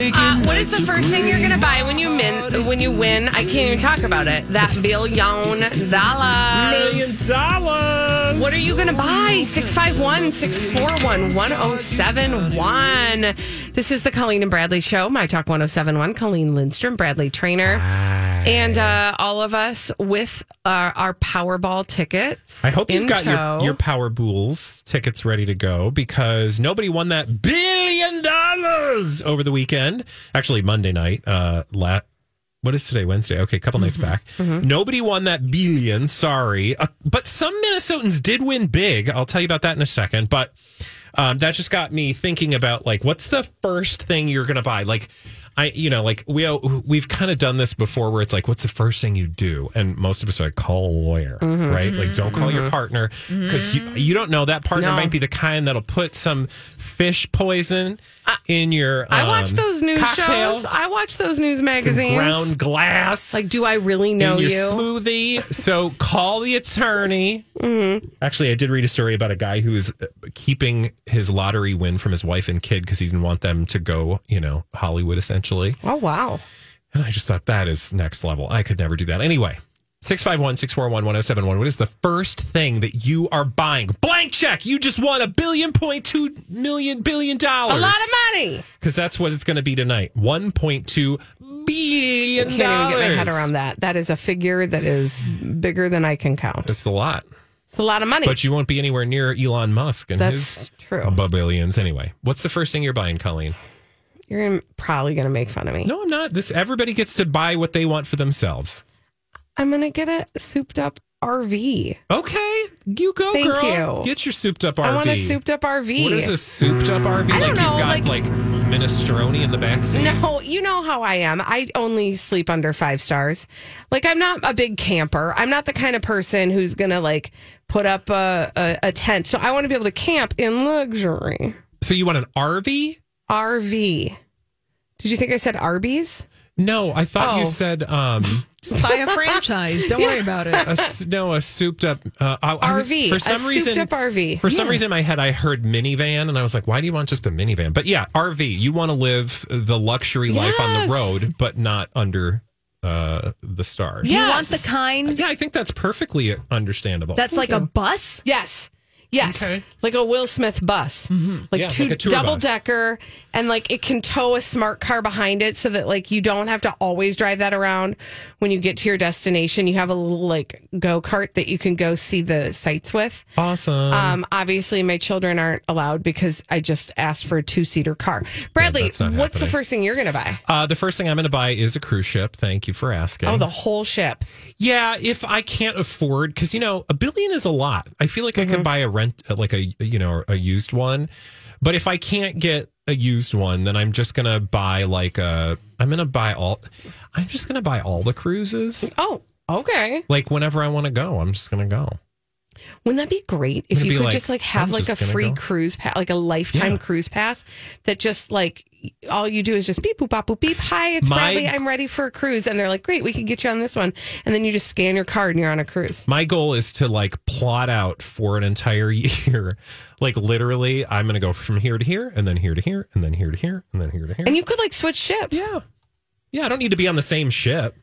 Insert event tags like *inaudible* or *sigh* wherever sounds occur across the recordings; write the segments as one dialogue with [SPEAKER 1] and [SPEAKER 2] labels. [SPEAKER 1] Uh, what is the first thing you're gonna buy when you min- when you win? I can't even talk about it. That billion dollars.
[SPEAKER 2] Million dollars.
[SPEAKER 1] What are you gonna buy? 651 641 1071. This is the Colleen and Bradley Show, My Talk 1071. Colleen Lindstrom, Bradley Trainer. And uh, all of us with our, our Powerball tickets.
[SPEAKER 2] I hope you've
[SPEAKER 1] in
[SPEAKER 2] got
[SPEAKER 1] tow.
[SPEAKER 2] your, your Power Bulls tickets ready to go because nobody won that billion dollars over the weekend. Actually, Monday night. Uh, la- what is today? Wednesday. Okay, a couple nights back. Nobody won that billion. Sorry, uh, but some Minnesotans did win big. I'll tell you about that in a second. But um, that just got me thinking about like what's the first thing you're gonna buy like i you know like we we've kind of done this before where it's like what's the first thing you do and most of us are like call a lawyer
[SPEAKER 1] Mm-hmm.
[SPEAKER 2] right like don't call your partner because you, you don't know that partner
[SPEAKER 1] No.
[SPEAKER 2] might be the kind that'll put some fish poison in your
[SPEAKER 1] I watch
[SPEAKER 2] um,
[SPEAKER 1] those news
[SPEAKER 2] cocktail,
[SPEAKER 1] shows. I watch those news
[SPEAKER 2] some
[SPEAKER 1] magazines.
[SPEAKER 2] ground glass
[SPEAKER 1] like, do I really know
[SPEAKER 2] in your
[SPEAKER 1] you?
[SPEAKER 2] smoothie. So call the attorney.
[SPEAKER 1] Mm-hmm.
[SPEAKER 2] Actually, I did read a story about a guy who is uh, keeping his lottery win from his wife and kid because he didn't want them to go, you know, Hollywood essentially.
[SPEAKER 1] oh, wow.
[SPEAKER 2] And I just thought that is next level. I could never do that. Anyway, 651 641 1071. What is the first thing that you are buying? Blank check. You just won a billion point two million billion dollars.
[SPEAKER 1] A lot of money.
[SPEAKER 2] Because that's what it's going to be tonight. $1.2 billion.
[SPEAKER 1] Can't even get my head around that. That is a figure that is bigger than I can count.
[SPEAKER 2] That's a lot.
[SPEAKER 1] It's a lot of money.
[SPEAKER 2] But you won't be anywhere near Elon Musk and
[SPEAKER 1] That's
[SPEAKER 2] his
[SPEAKER 1] true.
[SPEAKER 2] billions. Anyway, what's the first thing you're buying, Colleen?
[SPEAKER 1] You're gonna- probably going to make fun of me.
[SPEAKER 2] No, I'm not. This everybody gets to buy what they want for themselves.
[SPEAKER 1] I'm going to get a souped up RV.
[SPEAKER 2] Okay, you go,
[SPEAKER 1] Thank
[SPEAKER 2] girl.
[SPEAKER 1] you.
[SPEAKER 2] Get your souped up RV.
[SPEAKER 1] I want a souped up RV.
[SPEAKER 2] What is a souped up RV?
[SPEAKER 1] I don't
[SPEAKER 2] like
[SPEAKER 1] know,
[SPEAKER 2] you've got like, minestrone in the back seat.
[SPEAKER 1] No, you know how I am. I only sleep under five stars. Like I'm not a big camper. I'm not the kind of person who's gonna like put up a, a, a tent. So I want to be able to camp in luxury.
[SPEAKER 2] So you want an RV?
[SPEAKER 1] RV. Did you think I said Arby's?
[SPEAKER 2] No, I thought
[SPEAKER 1] Oh.
[SPEAKER 2] you said um
[SPEAKER 3] Just buy a franchise. Don't worry about it.
[SPEAKER 2] a s- no a souped up uh, I- I was-
[SPEAKER 1] RV.
[SPEAKER 2] for some
[SPEAKER 1] a
[SPEAKER 2] reason
[SPEAKER 1] souped up RV.
[SPEAKER 2] For some reason in my head, I heard minivan, and I was like, why do you want just a minivan? But yeah, RV. You want to live the luxury life on
[SPEAKER 1] Yes.
[SPEAKER 2] the road, but not under uh, the stars.
[SPEAKER 3] Do you
[SPEAKER 1] Yes.
[SPEAKER 3] want the kind
[SPEAKER 2] Yeah, I think that's perfectly understandable.
[SPEAKER 3] that's like a bus?
[SPEAKER 1] Yes. Yes.
[SPEAKER 2] Okay. Mm-hmm.
[SPEAKER 1] Like a Will Smith bus. Like
[SPEAKER 2] Yeah,
[SPEAKER 1] two
[SPEAKER 2] like a tour
[SPEAKER 1] double
[SPEAKER 2] bus.
[SPEAKER 1] decker and like it can tow a smart car behind it so that like you don't have to always drive that around when you get to your destination. You have a little like go-kart that you can go see the sights with.
[SPEAKER 2] awesome.
[SPEAKER 1] Um obviously my children aren't allowed because I just asked for a two-seater car. Bradley, what's
[SPEAKER 2] that's not
[SPEAKER 1] the
[SPEAKER 2] happening.
[SPEAKER 1] first thing you're going to buy?
[SPEAKER 2] uh, the first thing I'm going to buy is a cruise ship. Thank you for asking.
[SPEAKER 1] Oh, the whole ship.
[SPEAKER 2] yeah, if I can't afford, because you know, a billion is a lot. I feel like I could buy a rent, uh, like a you know, a used one. But if I can't get a used one, then I'm just gonna buy like a. I'm gonna buy all. I'm just gonna buy all the cruises.
[SPEAKER 1] Oh, okay.
[SPEAKER 2] like whenever I want to go, I'm just gonna go.
[SPEAKER 1] Wouldn't that be great if
[SPEAKER 2] Wouldn't it
[SPEAKER 1] you
[SPEAKER 2] be
[SPEAKER 1] could
[SPEAKER 2] like,
[SPEAKER 1] just like have
[SPEAKER 2] I'm
[SPEAKER 1] like a
[SPEAKER 2] just gonna
[SPEAKER 1] free
[SPEAKER 2] go?
[SPEAKER 1] cruise pass, like a lifetime
[SPEAKER 2] Yeah.
[SPEAKER 1] cruise pass that just like all you do is just beep boop bop boop beep. Hi, it's
[SPEAKER 2] My-
[SPEAKER 1] Bradley. I'm ready for a cruise, and they're like, great, we can get you on this one, and then you just scan your card and you're on a cruise.
[SPEAKER 2] My goal is to like plot out for an entire *laughs* year. like literally, I'm gonna go from here to here, and then here to here, and then here to here, and then here to here.
[SPEAKER 1] And you could like switch ships.
[SPEAKER 2] yeah, yeah. I don't need to be on the same ship.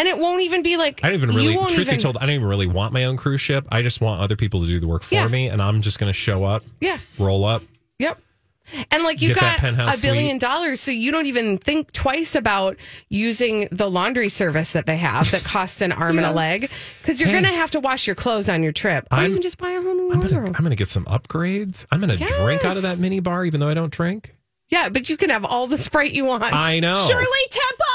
[SPEAKER 1] And it won't even be like
[SPEAKER 2] I don't even really,
[SPEAKER 1] you won't
[SPEAKER 2] truth
[SPEAKER 1] even,
[SPEAKER 2] be told, I don't even really want my own cruise ship. I just want other people to do the work for
[SPEAKER 1] Yeah.
[SPEAKER 2] me, and I'm just gonna show up,
[SPEAKER 1] Yeah.
[SPEAKER 2] roll up.
[SPEAKER 1] Yep. And like you
[SPEAKER 2] Get that
[SPEAKER 1] got a
[SPEAKER 2] penthouse
[SPEAKER 1] billion
[SPEAKER 2] suite.
[SPEAKER 1] dollars, so you don't even think twice about using the laundry service that they have that costs an arm
[SPEAKER 2] *laughs*
[SPEAKER 1] and a leg because you're
[SPEAKER 2] Hey.
[SPEAKER 1] gonna have to wash your clothes on your trip. Or
[SPEAKER 2] I'm-
[SPEAKER 1] you can just buy a whole new
[SPEAKER 2] I'm
[SPEAKER 1] laundry
[SPEAKER 2] gonna,
[SPEAKER 1] room.
[SPEAKER 2] I'm gonna get some upgrades. I'm gonna drink out of
[SPEAKER 1] Oh. Yes.
[SPEAKER 2] that mini bar, even though I don't drink.
[SPEAKER 1] Yeah, but you can have all the Sprite you want.
[SPEAKER 2] I know.
[SPEAKER 1] Temple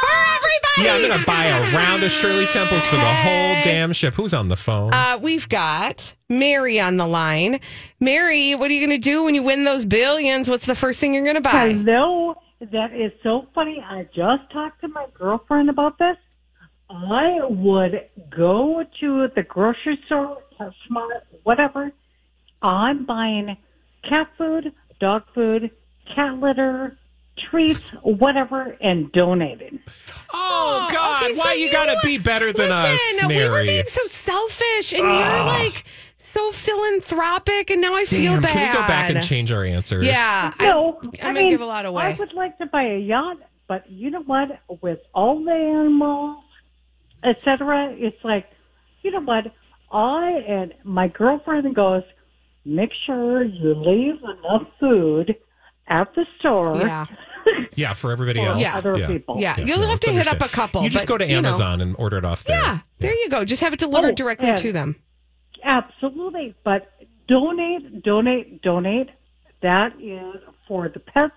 [SPEAKER 1] for
[SPEAKER 2] Yeah,
[SPEAKER 1] everybody.
[SPEAKER 2] I'm gonna buy a round of Shirley Temples for the whole damn ship. Who's on the phone?
[SPEAKER 1] Uh, we've got Mary on the line. Mary, what are you gonna do when you win those billions? What's the first thing you're gonna buy?
[SPEAKER 4] Hello. that is so funny. I just talked to my girlfriend about this. I would go to the grocery store, Smart, whatever. I'm buying cat food, dog food, cat litter, treats, whatever, and donating.
[SPEAKER 2] Oh, God.
[SPEAKER 1] okay, so
[SPEAKER 2] Why you got to
[SPEAKER 1] were-
[SPEAKER 2] be better than
[SPEAKER 1] Listen,
[SPEAKER 2] us, Mary?
[SPEAKER 1] we were being so selfish, and you're like so philanthropic, and now I feel
[SPEAKER 2] Ah. Damn,
[SPEAKER 1] bad.
[SPEAKER 2] can we go back and change our answers?
[SPEAKER 1] Yeah, I-
[SPEAKER 4] No,
[SPEAKER 1] I'm gonna
[SPEAKER 4] mean,
[SPEAKER 1] give a lot away.
[SPEAKER 4] I would like to buy a yacht, but you know what? With all the animals, etc., it's like, you know what? I and my girlfriend goes, make sure you leave enough food at the store
[SPEAKER 1] yeah,
[SPEAKER 2] Yeah, for everybody
[SPEAKER 4] for
[SPEAKER 2] else.
[SPEAKER 4] other people.
[SPEAKER 1] yeah.
[SPEAKER 2] Yeah,
[SPEAKER 1] You'll
[SPEAKER 2] no,
[SPEAKER 1] have to
[SPEAKER 2] it's
[SPEAKER 1] hit up a
[SPEAKER 2] understand-
[SPEAKER 1] couple.
[SPEAKER 2] You just
[SPEAKER 1] but,
[SPEAKER 2] go to
[SPEAKER 1] you know.
[SPEAKER 2] Amazon and order it off there.
[SPEAKER 1] Yeah, there you go. Just have it delivered
[SPEAKER 4] Oh,
[SPEAKER 1] directly
[SPEAKER 4] and-
[SPEAKER 1] to them.
[SPEAKER 4] Absolutely, but donate, donate, donate. That is for the pets.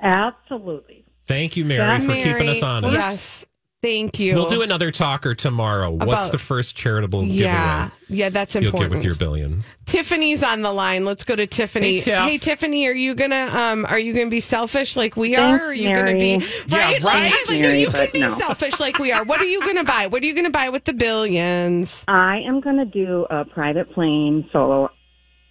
[SPEAKER 4] Absolutely.
[SPEAKER 2] Thank you, Mary, for keeping us honest.
[SPEAKER 1] Yes, thank you.
[SPEAKER 2] We'll do another talker tomorrow. What's
[SPEAKER 1] About-
[SPEAKER 2] the first charitable
[SPEAKER 1] Yeah,
[SPEAKER 2] giveaway
[SPEAKER 1] yeah, that's
[SPEAKER 2] you'll
[SPEAKER 1] important.
[SPEAKER 2] get with your billions?
[SPEAKER 1] Tiffany's on the line. Let's go to Tiffany.
[SPEAKER 2] Hey, Tiff.
[SPEAKER 1] Tiffany, are you gonna um are you gonna be selfish like we are? Are you gonna be
[SPEAKER 4] Mary.
[SPEAKER 1] right?
[SPEAKER 2] Yeah, right,
[SPEAKER 1] Like, I like,
[SPEAKER 5] Mary,
[SPEAKER 1] you can
[SPEAKER 5] but
[SPEAKER 1] be
[SPEAKER 5] no.
[SPEAKER 1] selfish like we are. What are you gonna buy? What are you gonna buy with the billions?
[SPEAKER 5] I am going to do a private plane so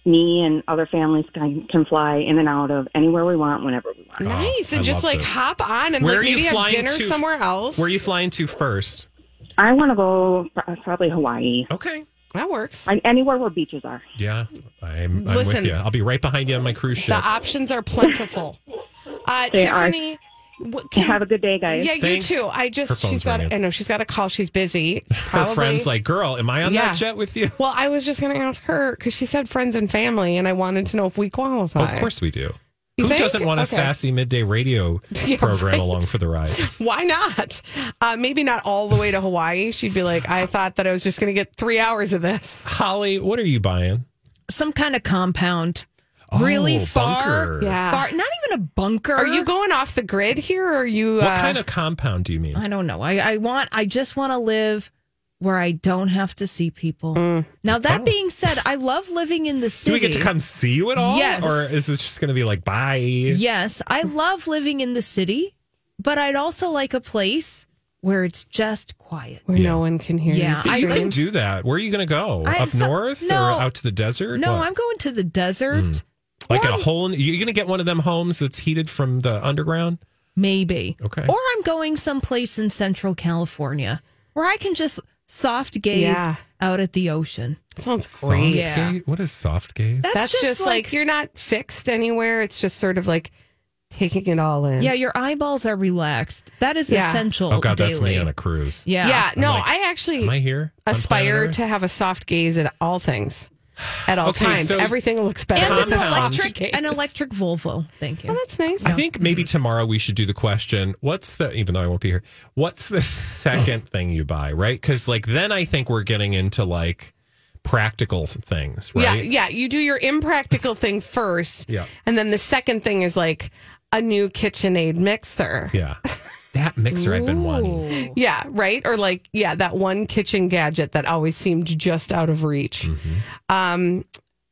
[SPEAKER 5] me and other families can, can fly in and out of anywhere we want, whenever we want.
[SPEAKER 1] nice.
[SPEAKER 2] Oh, I
[SPEAKER 1] And just
[SPEAKER 2] love
[SPEAKER 1] like
[SPEAKER 2] this.
[SPEAKER 1] hop on and
[SPEAKER 2] Where
[SPEAKER 1] like,
[SPEAKER 2] are you
[SPEAKER 1] maybe have
[SPEAKER 2] flying
[SPEAKER 1] dinner
[SPEAKER 2] to?
[SPEAKER 1] somewhere else.
[SPEAKER 2] Where are you flying to first?
[SPEAKER 5] I want to go pro- probably Hawaii,
[SPEAKER 2] Okay.
[SPEAKER 1] that works.
[SPEAKER 5] I, anywhere where beaches are.
[SPEAKER 2] Yeah, I'm, I'm
[SPEAKER 1] Listen.
[SPEAKER 2] with you. I'll be right behind you on my cruise
[SPEAKER 1] The
[SPEAKER 2] ship.
[SPEAKER 1] options are plentiful. Uh
[SPEAKER 5] They are.
[SPEAKER 1] Tiffany what, can,
[SPEAKER 5] Have a good day, guys.
[SPEAKER 1] Yeah,
[SPEAKER 2] Thanks.
[SPEAKER 1] you too. I just
[SPEAKER 2] Her
[SPEAKER 1] she's
[SPEAKER 2] phone's
[SPEAKER 1] got
[SPEAKER 2] ringing.
[SPEAKER 1] I know she's got a call. She's busy.
[SPEAKER 2] Her
[SPEAKER 1] Probably.
[SPEAKER 2] friend's like, girl, am I on
[SPEAKER 1] Yeah.
[SPEAKER 2] that jet with you?
[SPEAKER 1] Well, I was just going to ask her because she said friends and family, and I wanted to know if we qualify.
[SPEAKER 2] of course we do.
[SPEAKER 1] You
[SPEAKER 2] Who
[SPEAKER 1] think?
[SPEAKER 2] doesn't want a
[SPEAKER 1] Okay.
[SPEAKER 2] sassy midday radio
[SPEAKER 1] *laughs* Yeah,
[SPEAKER 2] program
[SPEAKER 1] right.
[SPEAKER 2] along for the ride?
[SPEAKER 1] Why not? Uh, maybe not all the way to Hawaii. She'd be like, I thought that I was just going to get three hours of this.
[SPEAKER 2] Holly, what are you buying?
[SPEAKER 3] Some kind of compound. really
[SPEAKER 2] Oh,
[SPEAKER 3] far.
[SPEAKER 2] bunker.
[SPEAKER 1] Yeah.
[SPEAKER 3] Far, not even a bunker.
[SPEAKER 1] Are you going off the grid here? Or are you?
[SPEAKER 2] What
[SPEAKER 1] uh,
[SPEAKER 2] kind of compound do you mean?
[SPEAKER 3] I don't know. I, I want, I just want to live where I don't have to see people.
[SPEAKER 1] Mm.
[SPEAKER 3] Now, that being said, I love living in the city.
[SPEAKER 2] Oh. Do we get to come see you at all?
[SPEAKER 3] Yes.
[SPEAKER 2] Or is this just going to be like, bye?
[SPEAKER 3] Yes, I love living in the city, but I'd also like a place where it's just quiet.
[SPEAKER 1] where
[SPEAKER 2] Yeah.
[SPEAKER 1] no one can hear
[SPEAKER 3] Yeah,
[SPEAKER 1] you.
[SPEAKER 3] I
[SPEAKER 2] You
[SPEAKER 3] Green.
[SPEAKER 2] can do that. Where are you going to go?
[SPEAKER 3] I-
[SPEAKER 2] Up
[SPEAKER 3] so-
[SPEAKER 2] north
[SPEAKER 3] no.
[SPEAKER 2] or out to the desert?
[SPEAKER 3] No,
[SPEAKER 2] What? Mm.
[SPEAKER 3] I'm going to the desert.
[SPEAKER 2] like in a hole. In, you're going to get one of them homes that's heated from the underground.
[SPEAKER 3] Maybe.
[SPEAKER 2] Okay.
[SPEAKER 3] Or I'm going someplace in Central California where I can just soft gaze
[SPEAKER 1] Yeah.
[SPEAKER 3] out at the ocean.
[SPEAKER 1] That sounds
[SPEAKER 2] Soft
[SPEAKER 1] great.
[SPEAKER 3] Yeah.
[SPEAKER 2] gaze? What is soft gaze?
[SPEAKER 3] That's,
[SPEAKER 1] That's, just, like, you're not fixed anywhere. It's just sort of like taking it all in.
[SPEAKER 3] yeah, your eyeballs are relaxed. That is
[SPEAKER 1] Yeah.
[SPEAKER 3] essential.
[SPEAKER 2] oh God, that's me
[SPEAKER 3] daily.
[SPEAKER 2] on a cruise.
[SPEAKER 3] yeah.
[SPEAKER 1] Yeah. No,
[SPEAKER 2] like,
[SPEAKER 1] I actually.
[SPEAKER 2] Am I here? on
[SPEAKER 1] aspire
[SPEAKER 2] planet
[SPEAKER 1] to have a soft gaze at all things, at all
[SPEAKER 2] Okay,
[SPEAKER 1] times.
[SPEAKER 2] so-
[SPEAKER 1] Everything looks better.
[SPEAKER 3] And
[SPEAKER 1] with
[SPEAKER 3] an
[SPEAKER 2] Compound.
[SPEAKER 1] the soft
[SPEAKER 3] electric,
[SPEAKER 1] gaze.
[SPEAKER 3] an electric Volvo. Thank you.
[SPEAKER 1] Oh, that's nice.
[SPEAKER 2] Earth? I
[SPEAKER 3] Mm-hmm.
[SPEAKER 2] think maybe tomorrow we should do the question. What's the even though I won't be here? What's the *laughs* second thing you buy? Right? Because like then I think we're getting into like practical things. Right?
[SPEAKER 1] Yeah, yeah. You do your impractical thing first.
[SPEAKER 2] Yeah.
[SPEAKER 1] And then the second thing is like a new KitchenAid mixer.
[SPEAKER 2] Yeah. That mixer I've been wanting.
[SPEAKER 1] Yeah, right? Or like, yeah, that one kitchen gadget that always seemed just out of reach.
[SPEAKER 2] Mm-hmm.
[SPEAKER 1] Um,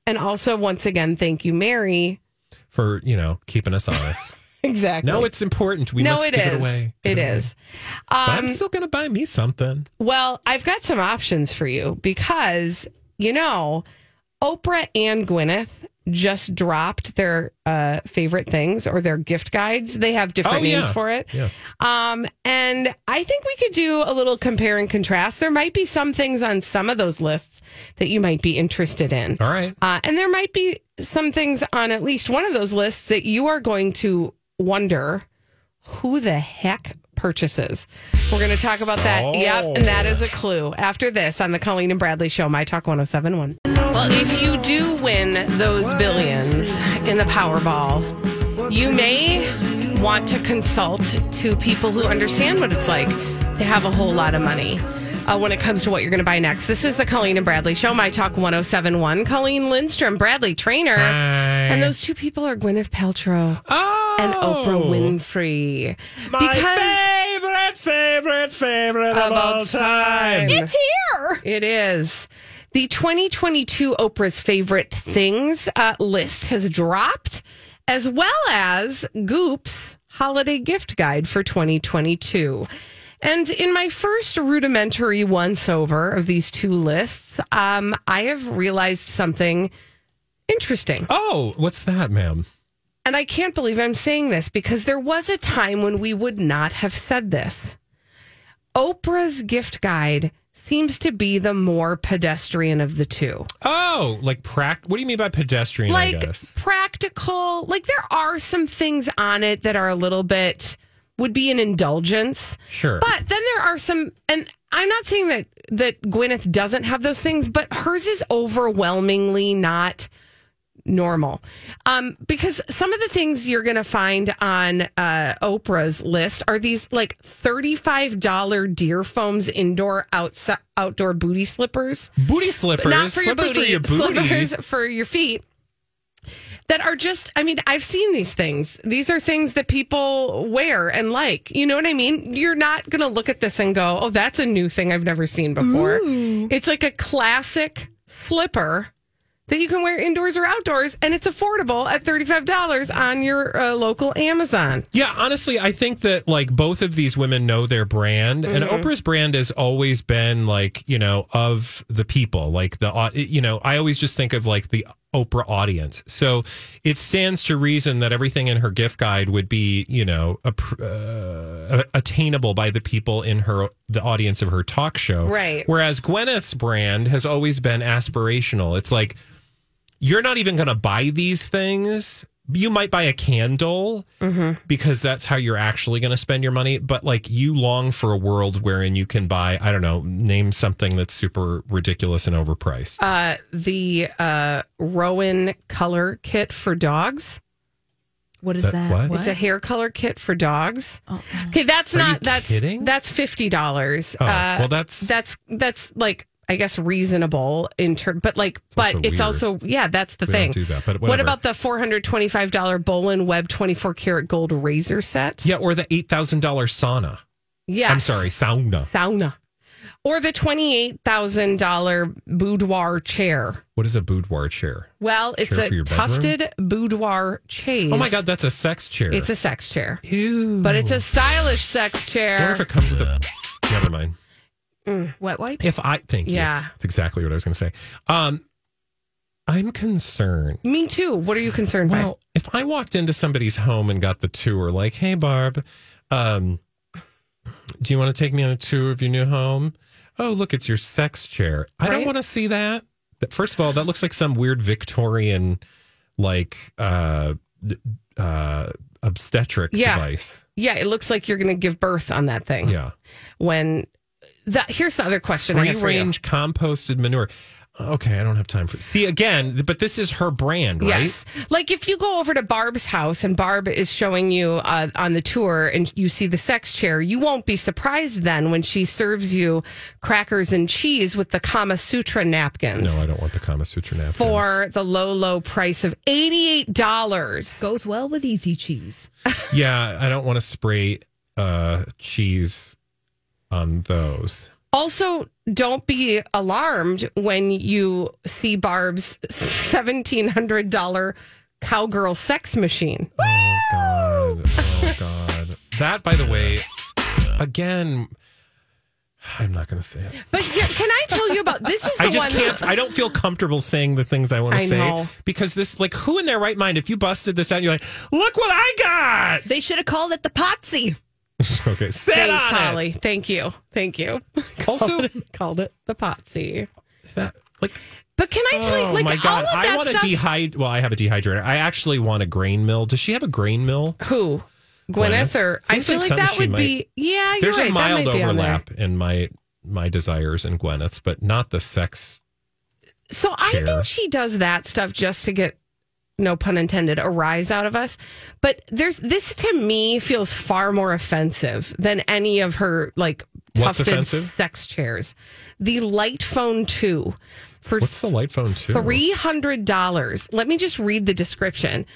[SPEAKER 1] and also, once again, thank you, Mary.
[SPEAKER 2] for you know keeping us honest.
[SPEAKER 1] Exactly.
[SPEAKER 2] no, it's important. We
[SPEAKER 1] no,
[SPEAKER 2] must
[SPEAKER 1] it
[SPEAKER 2] give
[SPEAKER 1] is.
[SPEAKER 2] it away.
[SPEAKER 1] It
[SPEAKER 2] Give away.
[SPEAKER 1] is. Um,
[SPEAKER 2] But I'm still gonna buy me something.
[SPEAKER 1] Well, I've got some options for you because, you know, Oprah and Gwyneth just dropped their uh, favorite things or their gift guides. They have different
[SPEAKER 2] Oh, yeah.
[SPEAKER 1] names for it.
[SPEAKER 2] Yeah. Oh.
[SPEAKER 1] Um, and I think we could do a little compare and contrast. There might be some things on some of those lists that you might be interested in.
[SPEAKER 2] All right.
[SPEAKER 1] Uh, and there might be some things on at least one of those lists that you are going to wonder who the heck purchases. We're going to talk about that.
[SPEAKER 2] Oh.
[SPEAKER 1] Yep. And that is a clue after this on the Colleen and Bradley Show, My Talk 1071. Well, if you do win those billions in the Powerball, you may want to consult to people who understand what it's like to have a whole lot of money. Uh, when it comes to what you're going to buy next, this is the Colleen and Bradley Show, My Talk 1071. Colleen Lindstrom, Bradley Trainer.
[SPEAKER 2] Hi.
[SPEAKER 1] And those two people are Gwyneth Paltrow
[SPEAKER 2] Oh,
[SPEAKER 1] and Oprah Winfrey.
[SPEAKER 2] My favorite, favorite, favorite of, all time.
[SPEAKER 1] It's here. It is. The 2022 Oprah's favorite things uh, list has dropped, as well as Goop's holiday gift guide for 2022. And in my first rudimentary once over of these two lists, um, I have realized something interesting.
[SPEAKER 2] Oh, what's that, ma'am?
[SPEAKER 1] And I can't believe I'm saying this because there was a time when we would not have said this. Oprah's gift guide seems to be the more pedestrian of the two.
[SPEAKER 2] Oh, like pract. What do you mean by pedestrian? I
[SPEAKER 1] Like
[SPEAKER 2] guess.
[SPEAKER 1] practical, like there are some things on it that are a little bit would be an indulgence.
[SPEAKER 2] Sure.
[SPEAKER 1] But then there are some and I'm not saying that that Gwyneth doesn't have those things, but hers is overwhelmingly not normal um, because some of the things you're going to find on uh, Oprah's list are these like $35 deer foams indoor outside, outdoor booty slippers,
[SPEAKER 2] booty slippers.
[SPEAKER 1] not for your
[SPEAKER 2] slippers
[SPEAKER 1] booty,
[SPEAKER 2] for your booty.
[SPEAKER 1] slippers for your feet that are just I mean I've seen these things. These are things that people wear and like. You know what I mean? You're not going to look at this and go, "Oh, that's a new thing I've never seen before." It's like a classic slipper that you can wear indoors or outdoors and it's affordable at $35 on your uh, local Amazon.
[SPEAKER 2] Yeah, honestly, I think that like both of these women know their brand, and Oprah's brand has always been like you know of the people, like the au- you know I always just think of like the Oprah audience. So it stands to reason that everything in her gift guide would be you know a, uh, attainable by the people in her the audience of her talk show.
[SPEAKER 1] Right.
[SPEAKER 2] Whereas Gwyneth's brand has always been aspirational. It's like you're not even going to buy these things. You might buy a candle
[SPEAKER 1] Mm-hmm.
[SPEAKER 2] because that's how you're actually going to spend your money. But like you long for a world wherein you can buy, I don't know, name something that's super ridiculous and overpriced.
[SPEAKER 1] Uh, the uh, Rowan color kit for dogs.
[SPEAKER 3] What is
[SPEAKER 2] That-
[SPEAKER 3] that?
[SPEAKER 2] what?
[SPEAKER 1] It's a hair color kit for dogs.
[SPEAKER 3] oh,
[SPEAKER 1] Okay, that's
[SPEAKER 2] Are you
[SPEAKER 1] not that's
[SPEAKER 2] kidding?
[SPEAKER 1] that's fifty dollars. Uh,
[SPEAKER 2] Oh, well, that's-
[SPEAKER 1] that's that's like I guess reasonable in term, but like,
[SPEAKER 2] also
[SPEAKER 1] but it's
[SPEAKER 2] weird.
[SPEAKER 1] also yeah, that's the
[SPEAKER 2] We don't
[SPEAKER 1] thing.
[SPEAKER 2] do that, but
[SPEAKER 1] what
[SPEAKER 2] whatever.
[SPEAKER 1] about the four hundred twenty five dollar Bolin Web twenty four karat gold razor set?
[SPEAKER 2] yeah, or the $8,000 sauna.
[SPEAKER 1] Yes.
[SPEAKER 2] I'm sorry, sauna.
[SPEAKER 1] sauna, or the twenty eight thousand dollar boudoir chair.
[SPEAKER 2] What is a boudoir chair?
[SPEAKER 1] Well, it's
[SPEAKER 2] Chair for
[SPEAKER 1] a
[SPEAKER 2] your bedroom?
[SPEAKER 1] tufted boudoir chaise.
[SPEAKER 2] Oh my God, that's a sex chair.
[SPEAKER 1] it's a sex chair,
[SPEAKER 2] Ew.
[SPEAKER 1] but it's a stylish sex chair.
[SPEAKER 2] I wonder if it comes with a. Never mind.
[SPEAKER 3] *laughs* Wet wipes?
[SPEAKER 2] If I think,
[SPEAKER 1] Yeah.
[SPEAKER 2] that's exactly what I was going to say. Um, I'm concerned.
[SPEAKER 1] Me too. What are you concerned by?
[SPEAKER 2] Well, if I walked into somebody's home and got the tour, like, hey, Barb, um, do you want to take me on a tour of your new home? Oh, look, it's your sex chair. I don't
[SPEAKER 1] Right.
[SPEAKER 2] want to see that. That- First of all, that looks like some weird Victorian, like, uh, d- uh, obstetric
[SPEAKER 1] Yeah.
[SPEAKER 2] device.
[SPEAKER 1] Yeah, it looks like you're going to give birth on that thing.
[SPEAKER 2] Yeah.
[SPEAKER 1] When the here's the other question I
[SPEAKER 2] Free
[SPEAKER 1] have for you.
[SPEAKER 2] range composted manure. Okay, I don't have time for See, again, but this is her brand, right?
[SPEAKER 1] Yes, like if you go over to Barb's house and Barb is showing you uh, on the tour and you see the sex chair, you won't be surprised then when she serves you crackers and cheese with the Kama Sutra napkins
[SPEAKER 2] No, I don't want the Kama Sutra napkins.
[SPEAKER 1] for the low low price of eighty eight dollars.
[SPEAKER 3] Goes well with easy cheese.
[SPEAKER 2] Yeah, I don't want to spray uh, cheese on those.
[SPEAKER 1] Also, don't be alarmed when you see Barb's $1,700 cowgirl sex machine.
[SPEAKER 2] Oh God! Oh God! That, by the way, again, I'm not going to say it.
[SPEAKER 1] But yeah, can I tell you about this? Is the
[SPEAKER 2] I just
[SPEAKER 1] one
[SPEAKER 2] can't. I don't feel comfortable saying the things I want
[SPEAKER 1] I
[SPEAKER 2] to say
[SPEAKER 1] know.
[SPEAKER 2] because this, like, who in their right mind, if you busted this out, you're like, look what I
[SPEAKER 3] *laughs* They should have called it the Potsy.
[SPEAKER 2] got. Okay, sit
[SPEAKER 1] Thanks,
[SPEAKER 2] on it.
[SPEAKER 1] Holly. Thank you. Thank you.
[SPEAKER 2] Also,
[SPEAKER 1] *laughs* Called it the potsy.
[SPEAKER 2] that, like,
[SPEAKER 1] But can I tell you,
[SPEAKER 2] oh
[SPEAKER 1] like,
[SPEAKER 2] my God,
[SPEAKER 1] all of
[SPEAKER 2] I
[SPEAKER 1] that
[SPEAKER 2] want to
[SPEAKER 1] stuff.
[SPEAKER 2] dehydrate. Well, I have a dehydrator. I actually want a grain mill. Does she have a grain mill?
[SPEAKER 1] who? Gwyneth,
[SPEAKER 2] Gwyneth?
[SPEAKER 1] or I
[SPEAKER 2] Seems
[SPEAKER 1] feel
[SPEAKER 2] like
[SPEAKER 1] like,
[SPEAKER 2] something
[SPEAKER 1] that
[SPEAKER 2] she
[SPEAKER 1] would
[SPEAKER 2] might-
[SPEAKER 1] be, yeah, you're
[SPEAKER 2] There's
[SPEAKER 1] right.
[SPEAKER 2] a
[SPEAKER 1] that might
[SPEAKER 2] mild
[SPEAKER 1] be on there.
[SPEAKER 2] overlap in my my desires and Gwyneth's, but not the sex.
[SPEAKER 1] So I
[SPEAKER 2] Chair.
[SPEAKER 1] think she does that stuff just to get no pun intended a rise out of us. But there's this to me feels far more offensive than any of her like
[SPEAKER 2] What's
[SPEAKER 1] tufted
[SPEAKER 2] offensive?
[SPEAKER 1] sex chairs. The light phone 2 for
[SPEAKER 2] What's the light phone too?
[SPEAKER 1] $300. Let me just read the description.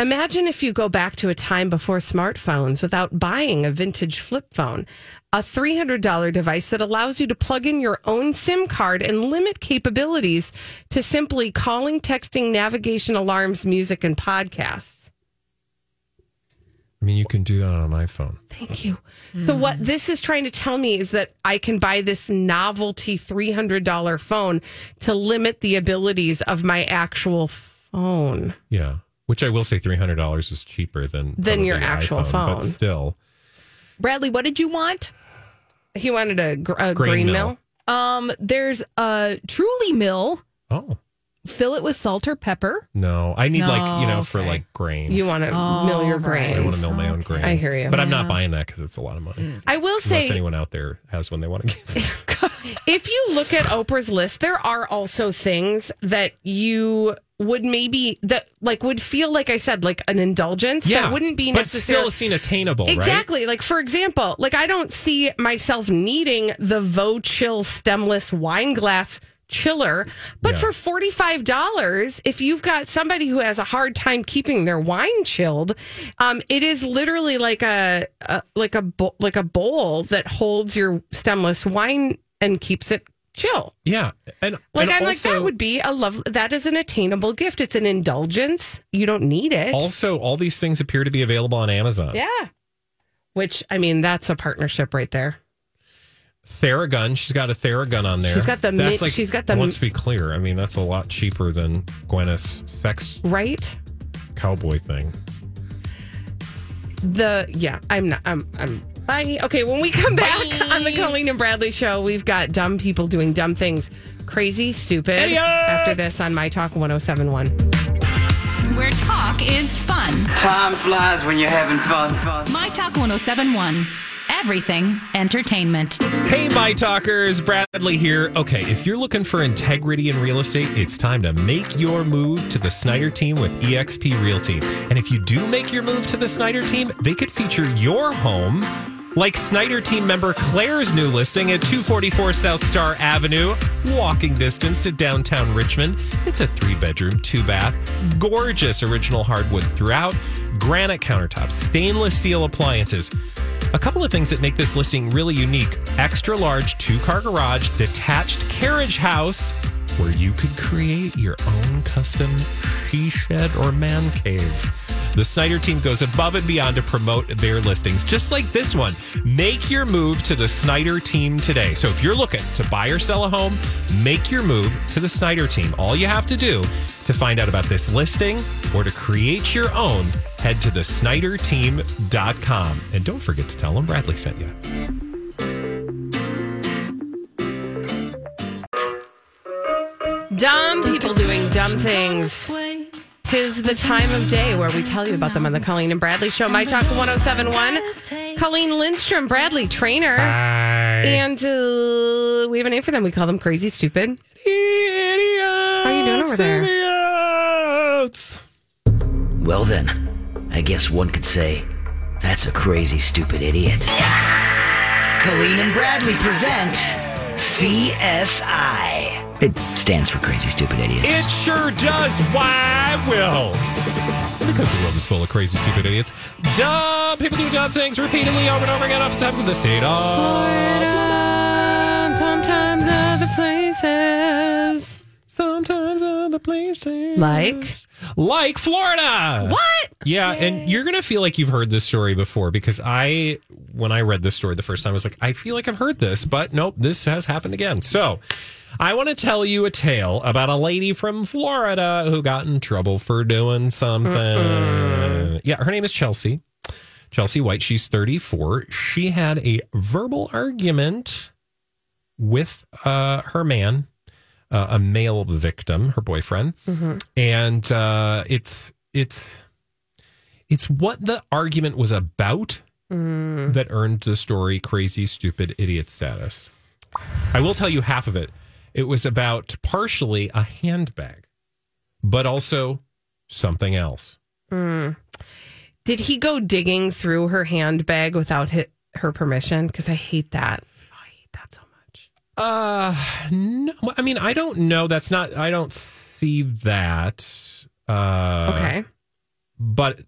[SPEAKER 1] Imagine if you go back to a time before smartphones without buying a vintage flip phone, a $300 device that allows you to plug in your own SIM card and limit capabilities to simply calling, texting, navigation, alarms, music, and podcasts.
[SPEAKER 2] I mean, you can do that on an iPhone.
[SPEAKER 1] Thank you. So what this is trying to tell me is that I can buy this novelty $300 phone to limit the abilities of my actual phone.
[SPEAKER 2] Yeah, which I will say, three hundred dollars is cheaper than
[SPEAKER 1] Than your
[SPEAKER 2] probably
[SPEAKER 1] actual
[SPEAKER 2] iPhone,
[SPEAKER 1] phone.
[SPEAKER 2] but still
[SPEAKER 3] Bradley, what did you want?
[SPEAKER 1] He wanted a, gr- a
[SPEAKER 2] Grain
[SPEAKER 1] grain,
[SPEAKER 2] mill.
[SPEAKER 1] mill.
[SPEAKER 3] Um, there's a truly mill.
[SPEAKER 2] oh.
[SPEAKER 3] Fill it with salt or pepper.
[SPEAKER 2] No, I need like you know
[SPEAKER 3] No,
[SPEAKER 2] for
[SPEAKER 3] okay.
[SPEAKER 2] like grain.
[SPEAKER 1] You want to mill your
[SPEAKER 3] right.
[SPEAKER 2] I want
[SPEAKER 1] grains.
[SPEAKER 2] to mill my own grain.
[SPEAKER 1] I hear you.
[SPEAKER 2] but I'm not buying that because it's a lot of money.
[SPEAKER 1] I will
[SPEAKER 2] Unless
[SPEAKER 1] say,
[SPEAKER 2] anyone out there has one they want to give.
[SPEAKER 1] if you look at Oprah's list, there are also things that you would maybe that like would feel like I said like an indulgence that wouldn't be
[SPEAKER 2] but
[SPEAKER 1] necessarily
[SPEAKER 2] still seen attainable, right?
[SPEAKER 1] Exactly. Like for example, like I don't see myself needing the Vo Chill stemless wine glass chiller, but
[SPEAKER 2] Yeah.
[SPEAKER 1] for forty five dollars, if you've got somebody who has a hard time keeping their wine chilled, um, it is literally like a, a like a bo- like a bowl that holds your stemless wine and keeps it chill.
[SPEAKER 2] Yeah, and
[SPEAKER 1] Like
[SPEAKER 2] and
[SPEAKER 1] I'm like that
[SPEAKER 2] also-
[SPEAKER 1] would be a love. That is an attainable gift. It's an indulgence. You don't need it.
[SPEAKER 2] Also, all these things appear to be available on Amazon.
[SPEAKER 1] Yeah. Which I mean, that's a partnership right there.
[SPEAKER 2] Theragun, she's got a Theragun on there.
[SPEAKER 1] She's got the
[SPEAKER 2] That's
[SPEAKER 1] mi- she's got the-
[SPEAKER 2] Let's be clear. I mean, that's a lot cheaper than Gwyneth's sex
[SPEAKER 1] Right?
[SPEAKER 2] cowboy thing.
[SPEAKER 1] The yeah, I'm not I'm I'm bye. Okay, when we come back on the Colleen and Bradley show, we've got dumb people doing dumb things. Crazy, stupid.
[SPEAKER 2] Idiots!
[SPEAKER 1] After this on My Talk 1071.
[SPEAKER 6] Where talk is fun. oh
[SPEAKER 7] Time flies when you're having fun. fun.
[SPEAKER 6] My Talk 1071. Everything entertainment.
[SPEAKER 2] Hey, my talkers, Bradley here. Okay, if you're looking for integrity in real estate, it's time to make your move to the Snyder team with eXp Realty. And if you do make your move to the Snyder team, they could feature your home. Like Snyder team member Claire's new listing at 244 South Star Avenue, walking distance to downtown Richmond. It's a three bedroom, two bath, gorgeous original hardwood throughout, granite countertops, stainless steel appliances. A couple of things that make this listing really unique extra large two car garage, detached carriage house, where you could create your own custom she shed or man cave. The Snyder team goes above and beyond to promote their listings, just like this one. Make your move to the Snyder team today. So, if you're looking to buy or sell a home, make your move to the Snyder team. All you have to do to find out about this listing or to create your own, head to thesnyderteam.com. And don't forget to tell them Bradley sent you.
[SPEAKER 1] Dumb people doing dumb things. Tis the time of day where we tell you about them on the Colleen and Bradley show. My Talk 1071. Colleen Lindstrom, Bradley Trainer. And uh, we have a name for them. We call them crazy, stupid.
[SPEAKER 2] How
[SPEAKER 1] are you doing over there?
[SPEAKER 8] Well, then, I guess one could say that's a crazy, stupid idiot. Colleen and Bradley present CSI. It stands for Crazy, Stupid Idiots.
[SPEAKER 2] It sure does. Why, Will? Because the world is full of crazy, stupid idiots. Dumb people do dumb things repeatedly over and over again, oftentimes in the state of.
[SPEAKER 1] Sometimes other places.
[SPEAKER 2] Sometimes other places.
[SPEAKER 1] Like?
[SPEAKER 2] Like Florida.
[SPEAKER 1] What?
[SPEAKER 2] Yeah, and you're gonna feel like you've heard this story before because I, when I read this story the first time, I was like, I feel like I've heard this, but nope, this has happened again. So, I want to tell you a tale about a lady from Florida who got in trouble for doing something. Yeah, her name is Chelsea. Chelsea White. She's 34. She had a verbal argument with uh, her man, uh, a male victim, her boyfriend, and uh, it's it's it's what the argument was about that earned the story crazy, stupid, idiot status. I will tell you half of it. It was about partially a handbag, but also something else.
[SPEAKER 1] Did he go digging through her handbag without hi her permission? Because I hate that. Oh, I hate that so much.
[SPEAKER 2] Uh, no, I mean, I don't know. That's not, I don't see that. Uh,
[SPEAKER 1] Okay.
[SPEAKER 2] but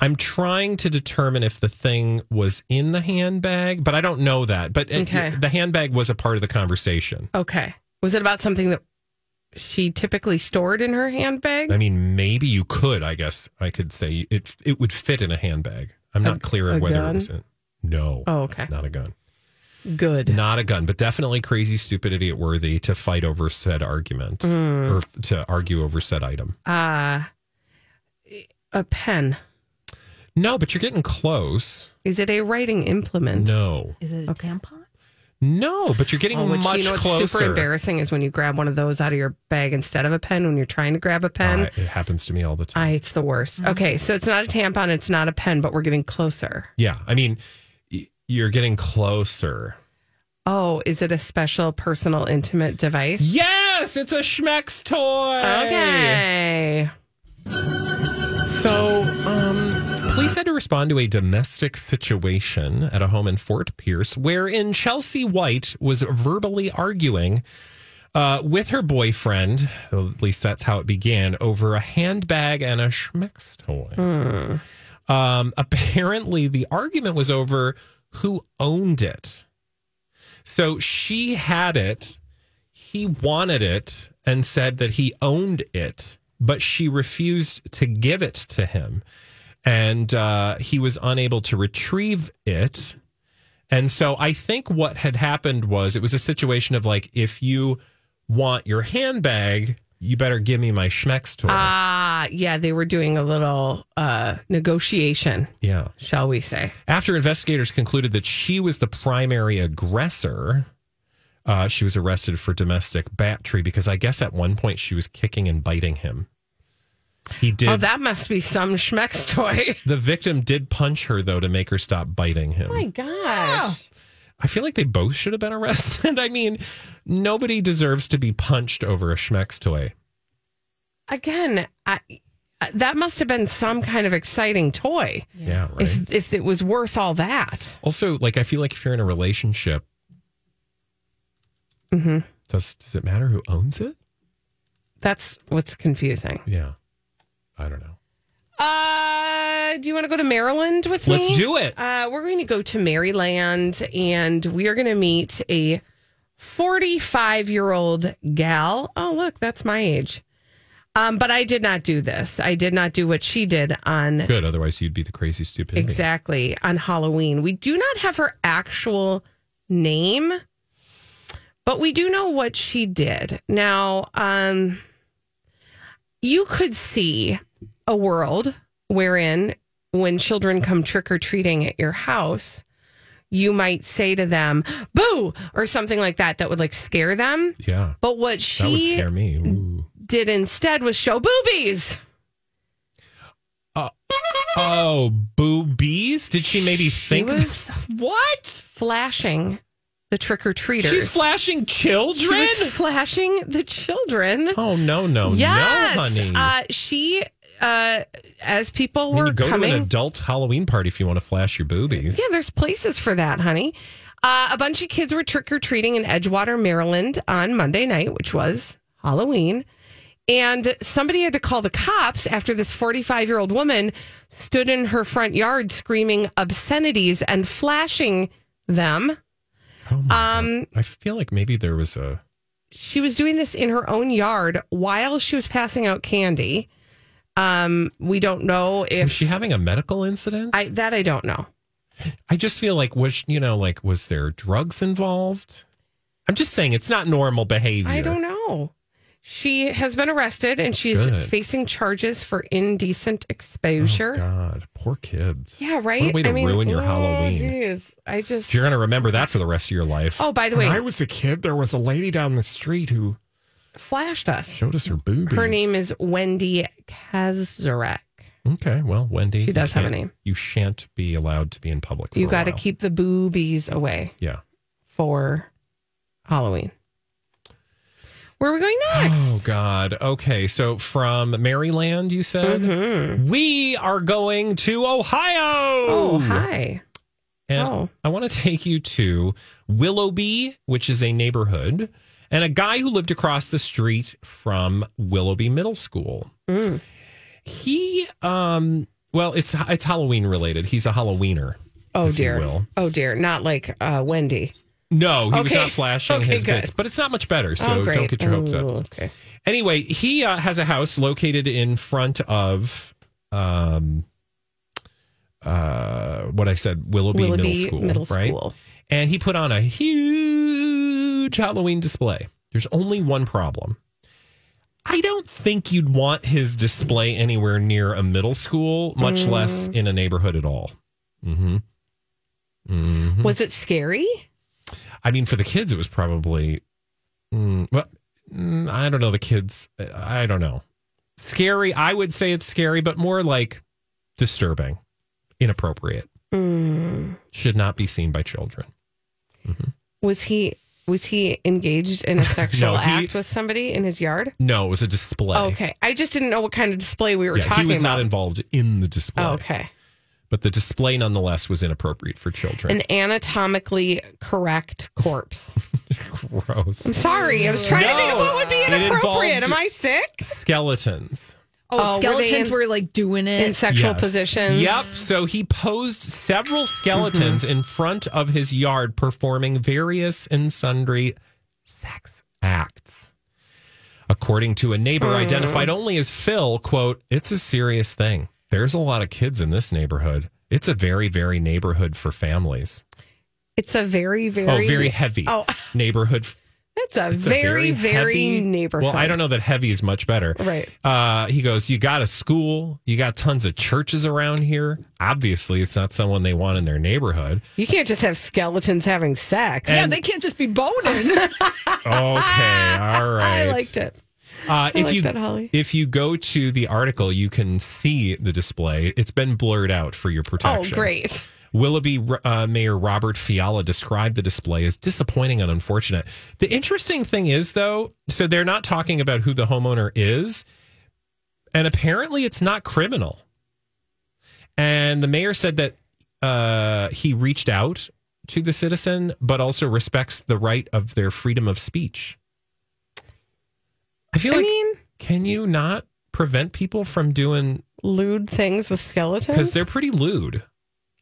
[SPEAKER 2] I'm trying to determine if the thing was in the handbag, but I don't know that. But uh, it-
[SPEAKER 1] Okay.
[SPEAKER 2] the handbag was a part of the conversation.
[SPEAKER 1] Okay. Was it about something that she typically stored in her handbag?
[SPEAKER 2] I mean, maybe you could. I guess I could say it. It would fit in a handbag. I'm not clear on
[SPEAKER 1] a
[SPEAKER 2] whether it
[SPEAKER 1] gun?
[SPEAKER 2] was. In, no.
[SPEAKER 1] Oh, okay.
[SPEAKER 2] It's not a gun.
[SPEAKER 1] Good.
[SPEAKER 2] Not a gun, but definitely crazy, stupid, idiot worthy to fight over said argument
[SPEAKER 1] Hmm.
[SPEAKER 2] or f- to argue over said item.
[SPEAKER 1] Uh, a pen.
[SPEAKER 2] No, but you're getting close.
[SPEAKER 1] Is it a writing implement?
[SPEAKER 2] No,
[SPEAKER 3] Is it a tampon?
[SPEAKER 2] no, but you're getting
[SPEAKER 1] Oh, which,
[SPEAKER 2] much
[SPEAKER 1] you know what's
[SPEAKER 2] closer.
[SPEAKER 1] super embarrassing is when you grab one of those out of your bag instead of a pen when you're trying to grab a pen.
[SPEAKER 2] Uh, it happens to me all the
[SPEAKER 1] I,
[SPEAKER 2] time.
[SPEAKER 1] it's the worst. Okay, so it's not a tampon, it's not a pen, but we're getting closer.
[SPEAKER 2] yeah, I mean, y- you're getting closer.
[SPEAKER 1] Oh, is it a special personal intimate device?
[SPEAKER 2] Yes, it's a Schmeck's toy.
[SPEAKER 1] Okay.
[SPEAKER 2] So, um, police had to respond to a domestic situation at a home in Fort Pierce, wherein Chelsea White was verbally arguing uh, with her boyfriend. well, At least that's how it began over a handbag and a schmeck's toy. Um, apparently, the argument was over who owned it. So she had it he wanted it and said that he owned it, but she refused to give it to him. And uh, he was unable to retrieve it. And so I think what had happened was it was a situation of like, if you want your handbag, you better give me my Schmeck's toy.
[SPEAKER 1] Ah, yeah, they were doing a little uh, negotiation,
[SPEAKER 2] yeah.
[SPEAKER 1] shall we say.
[SPEAKER 2] After investigators concluded that she was the primary aggressor, uh, she was arrested for domestic battery because I guess at one point she was kicking and biting him. He did.
[SPEAKER 1] Oh, that must be some schmeck's *laughs* toy.
[SPEAKER 2] the victim did punch her though to make her stop biting him.
[SPEAKER 1] Oh my gosh.
[SPEAKER 2] I feel like they both should have been arrested. *laughs* I mean, nobody deserves to be punched over a Schmeck's toy.
[SPEAKER 1] Again, I, that must have been some kind of exciting toy
[SPEAKER 2] Yeah, right.
[SPEAKER 1] if, if it was worth all that.
[SPEAKER 2] also, like I feel like if you're in a relationship,
[SPEAKER 1] Mm-hmm.
[SPEAKER 2] does does it matter who owns it?
[SPEAKER 1] That's what's confusing.
[SPEAKER 2] Yeah, I don't know.
[SPEAKER 1] Uh, do you want to go to Maryland with me?
[SPEAKER 2] Let's do it.
[SPEAKER 1] Uh, we're going to go to Maryland and we are going to meet a 45 year old gal. Oh, look, that's my age. Um, but I did not do this. I did not do what she did on
[SPEAKER 2] Good. Otherwise, you'd be the crazy stupid. idiot.
[SPEAKER 1] exactly on Halloween. We do not have her actual name, but we do know what she did. Now, um, you could see a world wherein when children come trick or treating at your house, you might say to them, boo, or something like that, that would like scare them.
[SPEAKER 2] Yeah.
[SPEAKER 1] But what
[SPEAKER 2] That would
[SPEAKER 1] she *laughs*
[SPEAKER 2] scare me. Ooh.
[SPEAKER 1] did instead was show boobies.
[SPEAKER 2] Oh, boobies? Did she maybe think
[SPEAKER 1] was *laughs* what? Flashing the trick or treaters.
[SPEAKER 2] she's flashing children?
[SPEAKER 1] She was flashing the children.
[SPEAKER 2] oh no, no,
[SPEAKER 1] yes,
[SPEAKER 2] no, honey.
[SPEAKER 1] Uh, she, uh, as people
[SPEAKER 2] I mean,
[SPEAKER 1] were
[SPEAKER 2] you go
[SPEAKER 1] coming,
[SPEAKER 2] to an adult Halloween party if you want to flash your boobies.
[SPEAKER 1] yeah, there's places for that, honey. Uh, a bunch of kids were trick or treating in Edgewater, Maryland, on Monday night, which was Halloween, and somebody had to call the cops after this 45 year old woman stood in her front yard screaming obscenities and flashing them.
[SPEAKER 2] Oh, my
[SPEAKER 1] Um,
[SPEAKER 2] God. I feel like maybe there was a
[SPEAKER 1] she was doing this in her own yard while she was passing out candy. Um, we don't know if
[SPEAKER 2] was she having a medical incident?
[SPEAKER 1] I that I don't know.
[SPEAKER 2] I just feel like was you know, like was there drugs involved? I'm just saying it's not normal behavior.
[SPEAKER 1] I don't know. She has been arrested and she's
[SPEAKER 2] Good.
[SPEAKER 1] facing charges for indecent
[SPEAKER 2] Oh,
[SPEAKER 1] exposure.
[SPEAKER 2] God, poor kids.
[SPEAKER 1] yeah, right.
[SPEAKER 2] What a way to ruin your
[SPEAKER 1] oh,
[SPEAKER 2] Halloween.
[SPEAKER 1] Geez, I just.
[SPEAKER 2] If you're going to remember that for the rest of your life.
[SPEAKER 1] oh, by the way,
[SPEAKER 2] When I was a kid, there was a lady down the street who
[SPEAKER 1] flashed us.
[SPEAKER 2] showed us her boobies.
[SPEAKER 1] Her name is Wendy Kazarek.
[SPEAKER 2] Okay, well, Wendy.
[SPEAKER 1] She
[SPEAKER 2] you
[SPEAKER 1] does have a
[SPEAKER 2] can't-
[SPEAKER 1] name.
[SPEAKER 2] You shan't be allowed to be in public. For
[SPEAKER 1] You
[SPEAKER 2] a
[SPEAKER 1] got to
[SPEAKER 2] while.
[SPEAKER 1] keep the boobies away.
[SPEAKER 2] Yeah.
[SPEAKER 1] for Halloween. Where are we going next?
[SPEAKER 2] Oh God. Okay, so from Maryland, you said
[SPEAKER 1] Mm-hmm.
[SPEAKER 2] we are going to Ohio.
[SPEAKER 1] Oh, hi.
[SPEAKER 2] And
[SPEAKER 1] Oh.
[SPEAKER 2] I want to take you to Willoughby, which is a neighborhood, and a guy who lived across the street from Willoughby Middle School.
[SPEAKER 1] Mm.
[SPEAKER 2] He, um, well, it's it's Halloween related. He's a Halloweener.
[SPEAKER 1] Oh
[SPEAKER 2] if you
[SPEAKER 1] dear.
[SPEAKER 2] will.
[SPEAKER 1] Oh dear. Not like uh, Wendy.
[SPEAKER 2] No, he was
[SPEAKER 1] Okay.
[SPEAKER 2] not flashing
[SPEAKER 1] Okay,
[SPEAKER 2] his
[SPEAKER 1] good.
[SPEAKER 2] bits, but it's not much better. So
[SPEAKER 1] Oh, great.
[SPEAKER 2] don't get your hopes up.
[SPEAKER 1] Oh, Okay.
[SPEAKER 2] Anyway, he uh, has a house located in front of um, uh, what I said, Willoughby, Middle
[SPEAKER 1] Willoughby
[SPEAKER 2] School,
[SPEAKER 1] Middle
[SPEAKER 2] right?
[SPEAKER 1] School.
[SPEAKER 2] And he put on a huge Halloween display. There's only one problem. I don't think you'd want his display anywhere near a middle school, much less
[SPEAKER 1] Mm.
[SPEAKER 2] in a neighborhood at all. hmm Mm.
[SPEAKER 1] Was it scary?
[SPEAKER 2] I mean, for the kids, it was probably. Mm, well, mm, I don't know the kids. I I don't know. Scary. I would say it's scary, but more like disturbing, inappropriate.
[SPEAKER 1] Mm.
[SPEAKER 2] Should not be seen by children.
[SPEAKER 1] Was he was he engaged in a
[SPEAKER 2] *laughs*
[SPEAKER 1] sexual
[SPEAKER 2] No, he-
[SPEAKER 1] act with somebody in his yard? Oh,
[SPEAKER 2] No, it was a display.
[SPEAKER 1] Okay, I just didn't know what kind of display we were
[SPEAKER 2] Yeah,
[SPEAKER 1] talking
[SPEAKER 2] he was
[SPEAKER 1] about.
[SPEAKER 2] not involved in the display.
[SPEAKER 1] oh, okay,
[SPEAKER 2] But the display, nonetheless, was inappropriate for children.
[SPEAKER 1] an anatomically correct corpse.
[SPEAKER 2] *laughs*
[SPEAKER 1] *laughs*
[SPEAKER 2] Gross.
[SPEAKER 1] I'm sorry, I was trying to think of
[SPEAKER 2] No,
[SPEAKER 1] what would be
[SPEAKER 2] it
[SPEAKER 1] inappropriate.
[SPEAKER 2] involved-
[SPEAKER 1] Am I sick?
[SPEAKER 2] Skeletons.
[SPEAKER 1] Oh,
[SPEAKER 3] Oh,
[SPEAKER 1] were
[SPEAKER 3] skeletons
[SPEAKER 1] they in-
[SPEAKER 3] were, like doing it.
[SPEAKER 1] In sexual
[SPEAKER 2] Yes.
[SPEAKER 1] positions.
[SPEAKER 2] Yep. So he posed several skeletons in front of his yard, performing various and sundry sex acts. According to a neighbor
[SPEAKER 1] Hmm.
[SPEAKER 2] identified only as Phil, quote, it's a serious thing. There's a lot of kids in this neighborhood. It's a very, very neighborhood for families.
[SPEAKER 1] It's a very, very,
[SPEAKER 2] oh, very heavy
[SPEAKER 1] Oh. *laughs*
[SPEAKER 2] neighborhood. f-
[SPEAKER 1] It's a
[SPEAKER 2] it's a
[SPEAKER 1] very, very,
[SPEAKER 2] heavy-
[SPEAKER 1] neighborhood.
[SPEAKER 2] Well, I don't know that heavy is much better.
[SPEAKER 1] Right.
[SPEAKER 2] Uh, he goes, You got a school. You got tons of churches around here. Obviously, it's not someone they want in their
[SPEAKER 1] *laughs*
[SPEAKER 2] neighborhood.
[SPEAKER 1] You can't just have skeletons having sex.
[SPEAKER 3] yeah, they can't just be boning.
[SPEAKER 2] Okay. All right.
[SPEAKER 1] *laughs* I liked it.
[SPEAKER 2] Uh, if
[SPEAKER 1] like
[SPEAKER 2] you
[SPEAKER 1] that, Holly.
[SPEAKER 2] if you go to the article, you can see the display. It's been blurred out for your protection.
[SPEAKER 1] Oh, great.
[SPEAKER 2] Willoughby uh, Mayor Robert Fiala described the display as disappointing and unfortunate. The interesting thing is, though, so they're not talking about who the homeowner is, and apparently it's not criminal. And the mayor said that uh, he reached out to the citizen, but also respects the right of their freedom of speech. I feel
[SPEAKER 1] I
[SPEAKER 2] like,
[SPEAKER 1] mean,
[SPEAKER 2] can you not prevent people from doing
[SPEAKER 1] lewd things with skeletons?
[SPEAKER 2] because they're pretty lewd?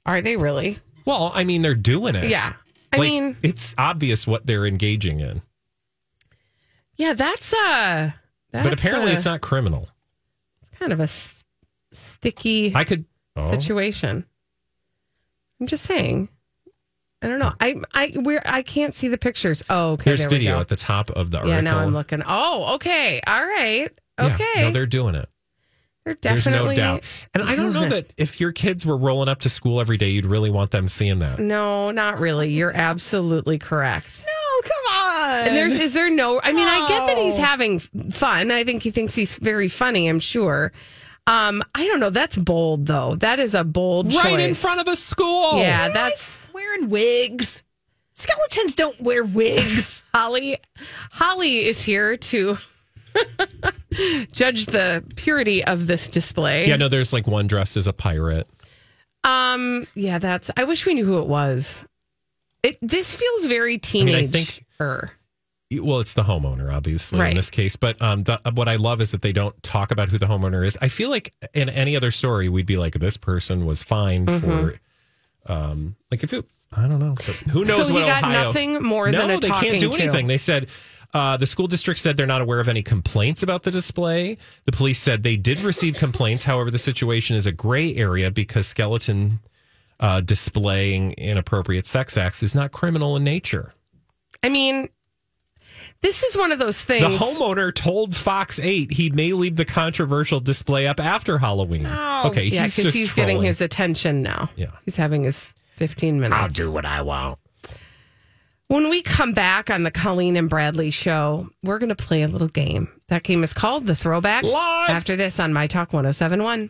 [SPEAKER 1] Are they really?
[SPEAKER 2] Well, I mean, they're doing it.
[SPEAKER 1] Yeah. I
[SPEAKER 2] Like,
[SPEAKER 1] mean,
[SPEAKER 2] it's obvious what they're engaging in,
[SPEAKER 1] yeah, that's uh that's
[SPEAKER 2] but apparently
[SPEAKER 1] uh,
[SPEAKER 2] it's not criminal.
[SPEAKER 1] kind of a s- sticky
[SPEAKER 2] I could. Oh,
[SPEAKER 1] situation. I'm just saying. I don't know. I I where I can't see the pictures. Oh, okay.
[SPEAKER 2] here's
[SPEAKER 1] there we
[SPEAKER 2] video
[SPEAKER 1] go.
[SPEAKER 2] at the top of the article.
[SPEAKER 1] Yeah, now I'm looking. Oh, okay. All right.
[SPEAKER 2] Yeah,
[SPEAKER 1] Okay.
[SPEAKER 2] no, they're doing it.
[SPEAKER 1] they're
[SPEAKER 2] There's no
[SPEAKER 1] definitely
[SPEAKER 2] doubt. And I don't know that
[SPEAKER 1] *laughs*
[SPEAKER 2] if your kids were rolling up to school every day, you'd really want them seeing that.
[SPEAKER 1] No, not really. You're absolutely correct.
[SPEAKER 3] oh, come on.
[SPEAKER 1] And there's is there no I mean, I get that he's
[SPEAKER 3] No.
[SPEAKER 1] having f- fun. I think he thinks he's very funny, I'm sure. Um, I don't know. That's bold though. That is a bold
[SPEAKER 2] Right in
[SPEAKER 1] choice.
[SPEAKER 2] front of a school.
[SPEAKER 1] Yeah, that's
[SPEAKER 3] Oh. wearing wigs. Skeletons don't wear wigs.
[SPEAKER 1] *laughs* Holly. Holly is here to *laughs* judge the purity of this display.
[SPEAKER 2] Yeah, no, there's like one dressed as a pirate.
[SPEAKER 1] Um, yeah, that's. I wish we knew who it was. It this feels very
[SPEAKER 2] mean,
[SPEAKER 1] teenage.
[SPEAKER 2] I think- Well, it's the homeowner, obviously,
[SPEAKER 1] Right.
[SPEAKER 2] in this case. But um, the, what I love is that they don't talk about who the homeowner is. I feel like in any other story, we'd be like, this person was fine
[SPEAKER 1] Mm-hmm.
[SPEAKER 2] for, um, like if it, I don't know, But who knows
[SPEAKER 1] So
[SPEAKER 2] what
[SPEAKER 1] he got
[SPEAKER 2] Ohio-
[SPEAKER 1] nothing more
[SPEAKER 2] no,
[SPEAKER 1] than a
[SPEAKER 2] they
[SPEAKER 1] talking
[SPEAKER 2] can't do
[SPEAKER 1] to.
[SPEAKER 2] anything. They said uh, the school district said they're not aware of any complaints about the display. The police said they did receive complaints. However, the situation is a gray area because skeleton uh, displaying inappropriate sex acts is not criminal in nature.
[SPEAKER 1] I mean, this is one of those
[SPEAKER 2] The
[SPEAKER 1] things.
[SPEAKER 2] homeowner told Fox 8 he may leave the controversial display up after Halloween. okay,
[SPEAKER 1] Oh. yeah, because
[SPEAKER 2] he's just
[SPEAKER 1] he's
[SPEAKER 2] trolling.
[SPEAKER 1] getting his attention now.
[SPEAKER 2] Yeah. Ah,
[SPEAKER 1] he's having his fifteen minutes.
[SPEAKER 8] I'll do what I want.
[SPEAKER 1] When we come back on the Colleen and Bradley show, we're going to play a little game. That game is called The Throwback.
[SPEAKER 2] Live.
[SPEAKER 1] After this on My Talk 1071.